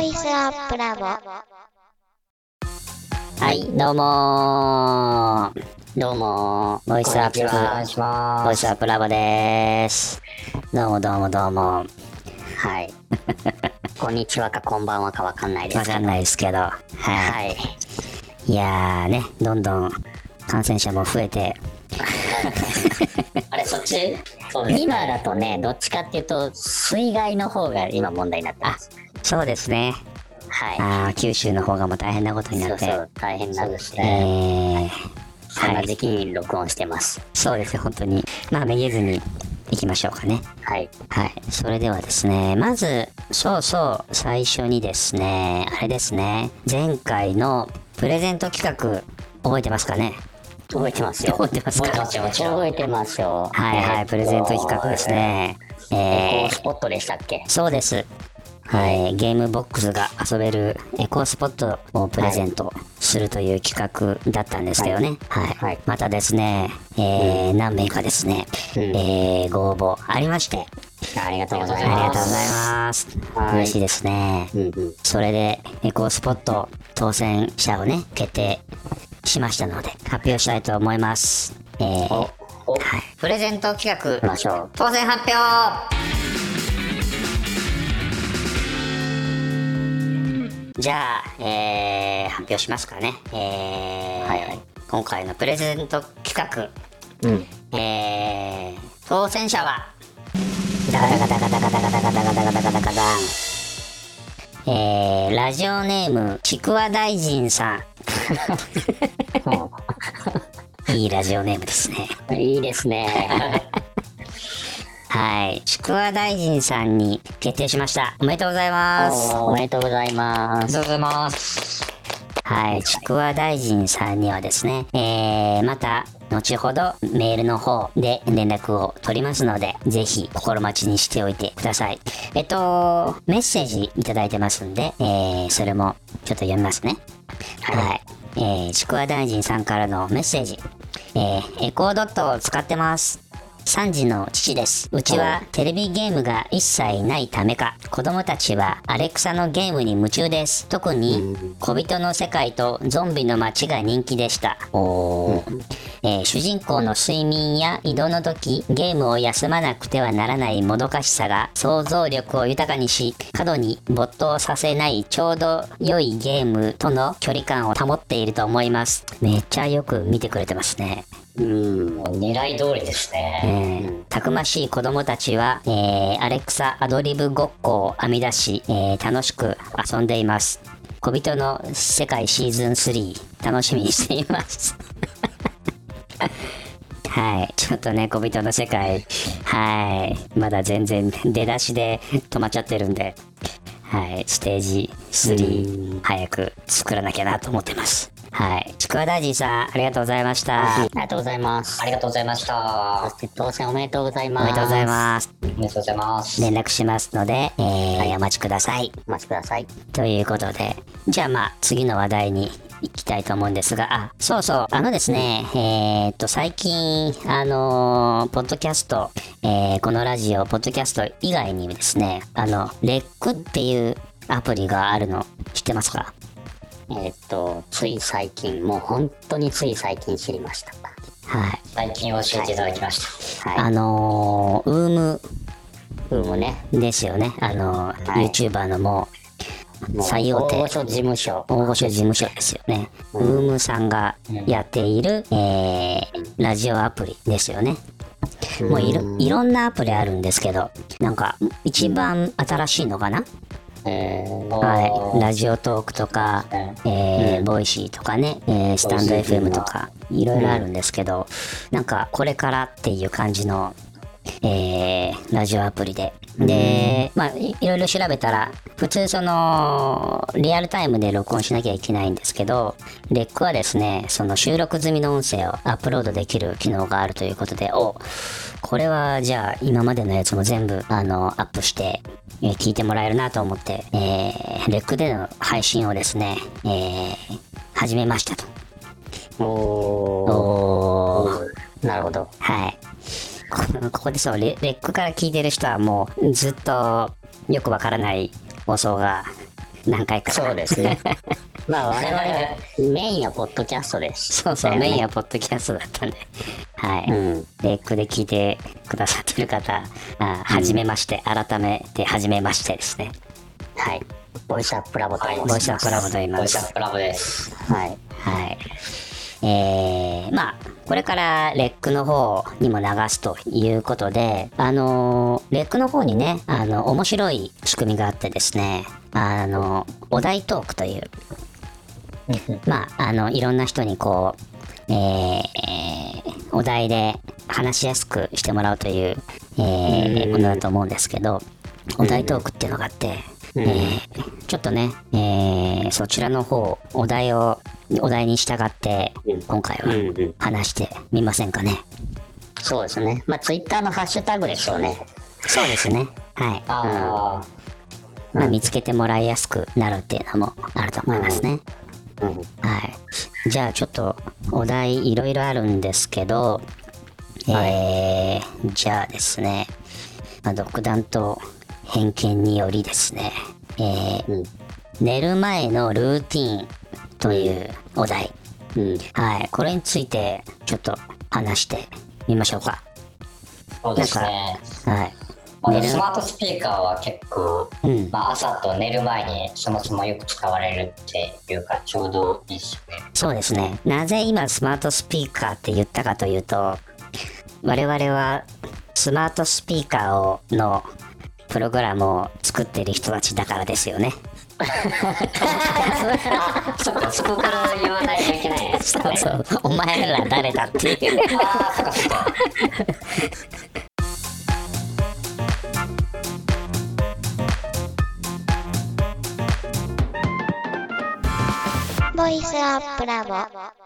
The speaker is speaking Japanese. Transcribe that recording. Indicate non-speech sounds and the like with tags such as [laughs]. イスアップラボはい、どうもー。どうもボイスアッこんにちはお願いプ、します。ボイスアップラボでーす。どうもどうもどうも。わはい。 [laughs] こんにちはかこんばんはかわかんないですけど。かんないですけど。ははい。い。いやーね、どんどん感染者も増えて、 [laughs] あれ、そっちそうですね今だとね、どっちかっていうと、水害の方が今問題になってます。そうですね。はい。あー九州の方がもう大変なことにそなっうて。そう、大変なんですえね。ー、そんな時期に録音してます。そうですね、本当に。まあ、めげずに行きましょうかね。はい。はい。それではですね、まず、そうそう、最初にですね、あれですね、前回のプレゼント企画、覚えてますかね覚えてますよ。覚えてますか覚えてますよ、もちろん覚えてますよ。はいはえっい、とプレゼント企画です。ね。エえコースポットでしたっけー、そうです。はい、ゲームボックスが遊べるエコースポットをプレゼントするという企画だったんですけどね、はいはいまたですね、えー何名かですね、うんえーご応募ありまして、ありがとうございありがまとうごす。ざいます。はい嬉しいですね。うんうん。それで、エコースポット当選者をね、決定しましたので、発表したいと思います。えーお、お、プレゼント企画、ましょう。当選発表じゃあ、えー発表しますかね。えーはいはい今回のプレゼント企画、うん。えー当選者はダダダダダダダダダダダダダダダダダダンえーラジオネームちくわ大臣さんいいラジオネームですねいいですね。はいちくわ大臣さんに決定しましたおめでとうございますおめでとうございます。とうございますはいちくわ大臣さんにはですねえー、また後ほどメールの方で連絡を取りますのでぜひ心待ちにしておいてくださいえっとメッセージいただいてますんで、えー、それもちょっと読みますねはい、えー、ちくわ大臣さんからのメッセージ、えー、エコードットを使ってます3時の父ですうちはテレビゲームが一切ないためか子供たちはアレクサのゲームに夢中です特に小人の世界とゾンビの街が人気でしたおーえー主人公の睡眠や移動の時ゲームを休まなくてはならないもどかしさが想像力を豊かにし過度に没頭させないちょうど良いゲームとの距離感を保っていると思いますめっちゃよく見てくれてますねうん、狙い通りですね。えーたくましい子供たちは、えーアレクサアドリブごっこを編み出し、えー楽しく遊んでいます小人の世界シーズン3楽しみにしています [laughs] はいちょっとね小人の世界はいまだ全然出だしで止まっちゃってるんではい、ステージ3早く作らなきゃなと思ってますはいちくわ大臣さんありがとうございましたありがとうございます。ありがとうございました。そして当選おめでとうございおます。めでとうございますす。おめでとうございます。連絡しますので、えーお待ちください。お待ちください。ということで、じゃあまあ次の話題に行きたいと思うんですが、あ、そうそう、あのですね、えーっと、最近、あのーポッドキャスト、えーこのラジオ、ポッドキャスト以外にですね、あの、レックっていうアプリがあるの知ってますかえーっと、つい最近、もう本当につい最近知りました。はい。最近教えていただきました。はい。あのーウーム僕もね、ですよね、あのーはい YouTuber のもう、もう最大手大御所事務所。大御所事務所ですよね、ウームさんがやっている、えーラジオアプリですよねもういろいろんなアプリあるんですけどなんか一番新しいのかな、えー、はい、ラジオトークとか、えーボイシーとかね、えースタンドボイシー FM とかいろいろあるんですけど、なんかこれからっていう感じの、えーラジオアプリで。で、まあ、いいろいろ調べたら普通そのリアルタイムで録音しなきゃいけないんですけどレックはですねその収録済みの音声をアップロードできる機能があるということでおこれはじゃあ今までのやつも全部あのアップして、えー聞いてもらえるなと思って、えーレックでの配信をですね、えー始めましたと。おおーー、なるほど。はい。こここでそうレ、レックから聞いてる人はもうずっとよくわからない放送が何回か。そうです [laughs] ね。まあ我々はメインはポッドキャストです。そうそう、メインはポッドキャストだったんで。はい。うん。で、ここで聞いてくださってる方、あはじめまして、改めてはじめましてですね。はい。ボイスアップラボと申します。ボイスアップラボと言いますボイスアップラボです。はい。はい。えー、まあ、これからレックの方にも流すということで、あのーレックの方にね、あの、面白い仕組みがあってですね、あの、お題トークという、まあ、あの、いろんな人にこう、えーえーお題で話しやすくしてもらうという、えーものだと思うんですけど、お題トークっていうのがあって、えーちょっとね、えーそちらの方、お題を、お題に従ってうん、今回うんうはん話してみませんかね。そうですね。まあツイッターのハッシュタグでしょうね。そうですね。はい。あまあ、見つけてもらいやすくなるっていうのもあると思いますね。あ。うん。はい。じゃあちょっとお題いろいろあるんですけど、えー、じゃあですね、まあ、独断と偏見によりですね、えーうん寝る前のルーティーンというお題。うん。はい。これについてちょっと話してみましょうか。そうですね。はい。まあ寝るスマートスピーカーは結構、うんまあ、朝と寝る前にそもそもよく使われるっていうかちょうどいいですね。そうですね。なぜ今スマートスピーカーって言ったかというと、我々はスマートスピーカーをのプログラムを作ってる人たちだからですよね。そこそこから言わないといけないですそうそう。お前ら誰だっていう。ボイスアップラボ。